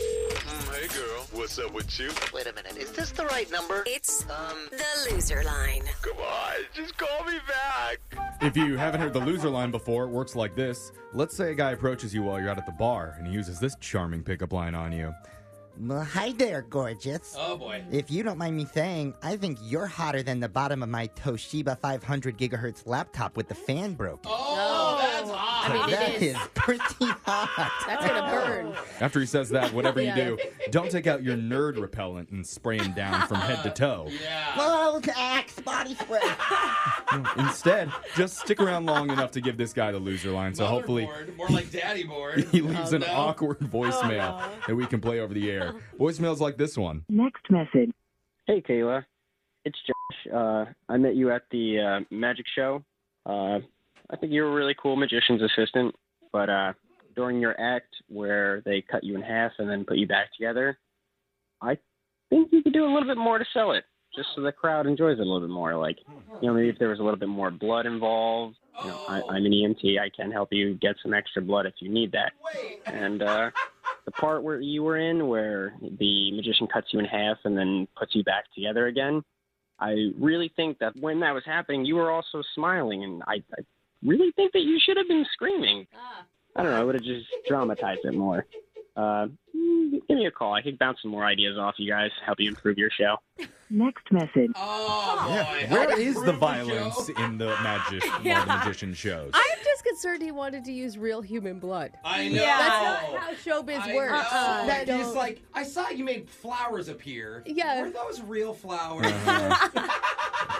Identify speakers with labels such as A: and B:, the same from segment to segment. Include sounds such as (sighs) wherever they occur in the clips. A: Mm, Hey girl, what's up with you?
B: Wait a minute, is this the right number?
C: It's
B: Um,
C: the loser line.
A: Come on, just call me back.
D: If you haven't heard the loser line before, it works like this. Let's say a guy approaches you while you're out at the bar and he uses this charming pickup line on you.
E: Well, hi there, gorgeous.
F: Oh boy.
E: If you don't mind me saying, I think you're hotter than the bottom of my Toshiba 500 gigahertz laptop with the fan broken.
F: Oh, that's hot.
G: I mean,
E: that
G: it is.
E: is pretty hot.
G: (laughs) That's gonna burn.
D: After he says that, whatever you
F: (laughs)
D: do, don't take out your nerd repellent and spray him down from head to toe.
F: yeah.
E: Whoa, axe, body spray.
D: Instead, just stick around long enough to give this guy the loser line. So hopefully
F: Motherboard, more like daddy board.
D: (laughs) he leaves
F: Oh,
D: an
F: no.
D: awkward voicemail that we can play over the air. Voicemails like this one.
H: Next message.
I: Hey, Kayla. It's Josh. Uh, I met you at the uh, magic show. Uh, I think you were a really cool magician's assistant, but uh, during your act where they cut you in half and then put you back together, I think you could do a little bit more to sell it, just so the crowd enjoys it a little bit more. Like, you know, maybe if there was a little bit more blood involved. You know, I, I'm an EMT. I can help you get some extra blood if you need that.
F: Wait.
I: And uh, the part where you were in, where the magician cuts you in half and then puts you back together again, I really think that when that was happening, you were also smiling, and I, I really think that you should have been screaming. I don't know. I would have just dramatized it more. Uh, mm, give me a call. I could bounce some more ideas off you guys, help you improve your show.
H: Next message.
F: Oh boy.
D: Yeah. Where is the
F: Brutal
D: violence
F: show.
D: in the magic
F: (laughs)
G: Yeah.
D: or the magician shows?
G: I'm just concerned he wanted to use real human blood.
F: I know.
C: Yeah.
G: That's not how showbiz
F: I
G: works.
F: know.
G: Uh, that
F: It's
G: don't-
F: like I saw you made flowers appear.
G: Yeah.
F: Were those real flowers?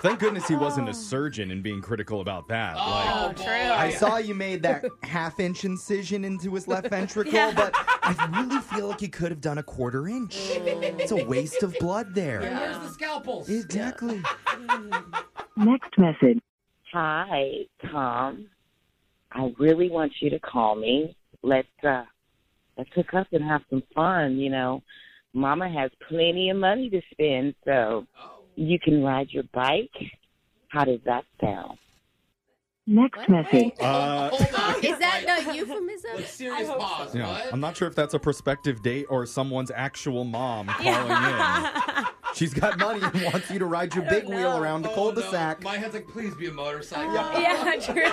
D: Thank goodness he wasn't a surgeon and being critical about that. Like,
F: (laughs) Oh,
G: Oh,
F: boy.
G: true.
E: I saw you made that half inch incision into his left ventricle, but I really feel like you could have done a quarter inch. It's a waste of blood there.
F: And Where's the scalpels?
D: Mm.
E: Exactly.
H: Next message.
J: Hi, Tom. I really want you to call me. Let's uh let's hook up and have some fun, you know. Mama has plenty of money to spend, so you can ride your bike. How does that sound?
H: Next
G: What?
H: message.
D: uh,
F: Hold on.
G: Is that not euphemism? (laughs)
F: Like, serious pause.
D: yeah,
F: What?
D: I'm not sure if that's a prospective date or someone's actual mom calling in.
E: She's got money and wants you to ride your big wheel around the
F: Oh,
E: cul-de-sac.
F: No. My head's like, please be a motorcycle.
G: (laughs) yeah, true.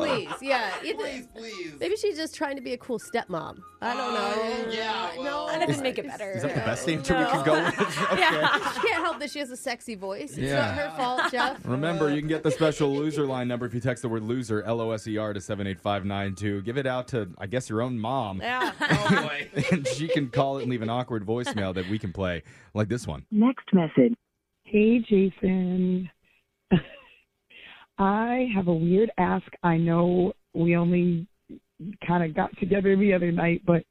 G: please, yeah. It-
F: (laughs) Please, please.
G: Maybe she's just trying to be a cool stepmom. I don't know.
F: Uh, yeah, well-
G: no,
F: That
G: doesn't
C: make it better.
D: Is that the best answer we could go with? Okay.
G: Yeah, she can't help that she has a sexy voice. It's
D: Yeah.
G: not her
D: (laughs)
G: fault, Jeff.
D: Remember, you can get the special loser line number if you text the word loser, L O S E R, to 78592. Give it out to, I guess, your own mom.
G: Yeah.
F: Oh
G: (laughs)
F: boy.
D: and she can call it and leave an awkward voicemail that we can play, like this one.
H: Next message.
J: Hey, Jason. (laughs) I have a weird ask. I know we only kind of got together the other night, but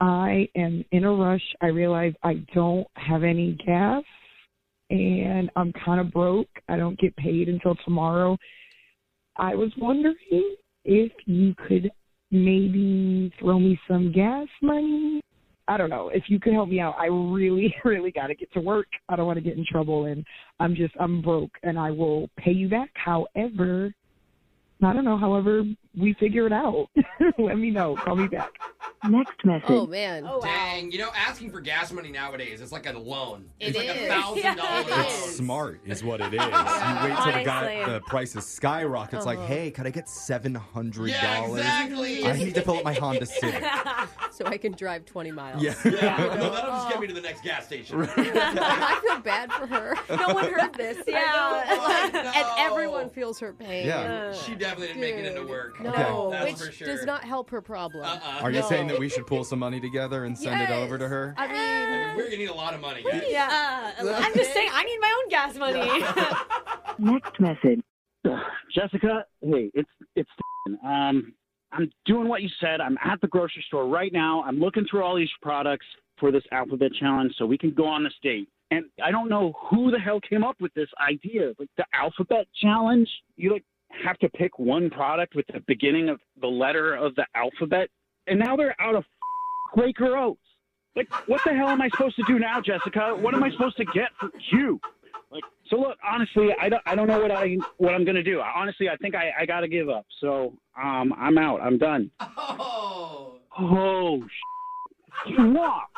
J: I am in a rush. I realize I don't have any gas and I'm kind of broke. I don't get paid until tomorrow. I was wondering if you could maybe throw me some gas money I don't know if you could help me out. I really, (laughs) really got to get to work. I don't want to get in trouble, and I'm just I'm broke, and I will pay you back. However, I don't know. However, we figure it out. (laughs) Let me know. Call me back.
H: Next message.
G: Oh man.
F: Dang, you know, asking for gas money nowadays is like a loan.
G: It
F: it's like
G: is.
F: a
G: (laughs)
F: thousand
G: It
F: dollars.
G: is.
D: Smart is what it is. You (laughs) wait till the, guy,
C: Honestly.
D: the prices skyrocket. It's like,
G: Uh-huh.
D: hey, could I get $700?
F: Yeah, exactly.
D: I need to fill up my Honda Civic.
G: So I can drive 20
D: (laughs)
G: miles.
D: Yeah. (laughs)
F: Yeah, no, that'll just get me to the next gas station.
G: (laughs) I feel bad for her.
C: No one heard
G: (laughs)
C: this. Yeah.
F: I know.
G: and everyone feels her pain.
D: Yeah.
F: She definitely didn't make it into
G: Dude,
F: work.
G: No,
F: That's
G: which
F: for sure.
G: does not help her problem.
F: Uh-uh.
D: Are you
G: No.
D: saying that we should pull some money together and send it over to her?
G: I mean,
F: We're gonna need a lot of money. Guys. (laughs)
C: Yeah.
F: uh,
C: I'm just saying, I need my own gas
G: (laughs)
C: money.
H: Next message.
I: (sighs) Jessica, hey, it's it's. Um, I'm doing what you said. I'm at the grocery store right now. I'm looking through all these products for this alphabet challenge, so we can go on this date. And I don't know who the hell came up with this idea, like the alphabet challenge. You like have to pick one product with the beginning of the letter of the alphabet, and now they're out of (laughs) Quaker Oats. Like, what the hell am I supposed to do now, Jessica? What am I supposed to get for you? Like, so look, honestly, I don't, I don't know what I what I'm gonna do. Honestly, I think I, I gotta give up. So, um, I'm out. I'm done.
F: Oh.
I: Oh, sh- you walk.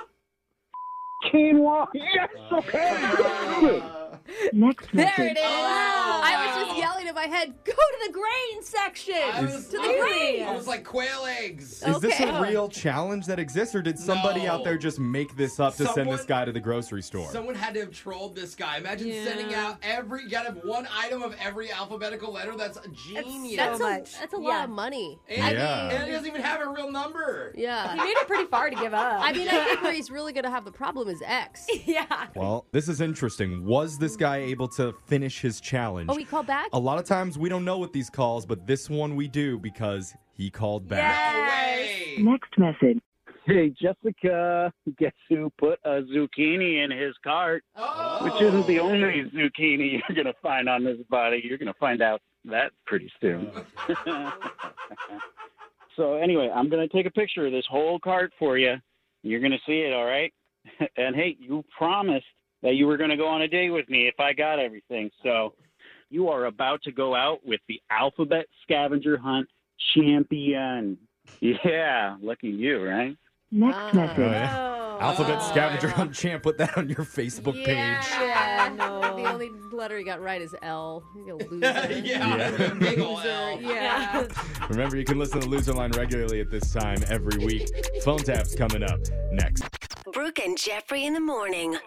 I: Quinoa. Yes, okay. Good.
H: Next
G: There
H: message.
G: it is.
F: Oh,
G: I was
F: wow.
G: just yelling in my head, go to the grain section.
F: I was,
G: to the
C: Really?
G: grain.
F: I was like quail eggs.
G: Oh,
D: Is this a
G: Okay.
D: real challenge that exists, or did somebody
F: No.
D: out there just make this up to send this
F: Someone-
D: guy to the grocery store?
F: Someone had to have trolled this guy. Imagine
C: Yeah.
F: sending out every, you gotta have one item of every alphabetical letter. That's genius.
G: That's,
C: So
G: a,
C: much.
G: that's a lot
C: Yeah.
G: of money.
F: and,
D: Yeah.
F: and it doesn't even have a real number.
C: He
G: Yeah.
C: made it pretty far to give up.
G: I mean, I think where he's really going to have the problem is X.
C: yeah.
D: Well, this is interesting. Was this guy able to finish his challenge?
G: Oh, he called back?
D: a lot of times we don't know what these calls, but this one we do because he called back.
F: No
C: Yes.
F: way.
H: Next message.
I: Hey, Jessica, guess who put a zucchini in his cart?
F: Oh.
I: Which isn't the only zucchini you're going to find on this body. You're going to find out that pretty soon. (laughs) so, anyway, I'm going to take a picture of this whole cart for you. You're going to see it, all right? (laughs) and hey, you promised that you were going to go on a date with me if I got everything. So, you are about to go out with the alphabet scavenger hunt champion. Yeah, lucky you, right?
H: Next
G: Ah.
D: Oh,
H: message.
D: yeah.
C: Oh.
D: Alphabet
F: Oh.
D: Scavenger Hunt Champ, put that on your Facebook page.
G: Yeah.
C: Yeah, no.
G: (laughs) The only letter he got right is L. He's a loser.
F: (laughs) Oh. yeah.
D: Yeah.
F: Big ol'
G: Loser.
F: L.
G: Yeah.
D: Remember, you can listen to Loser Line regularly at this time every week. Phone taps coming up next.
K: Brooke and Jeffrey in the morning.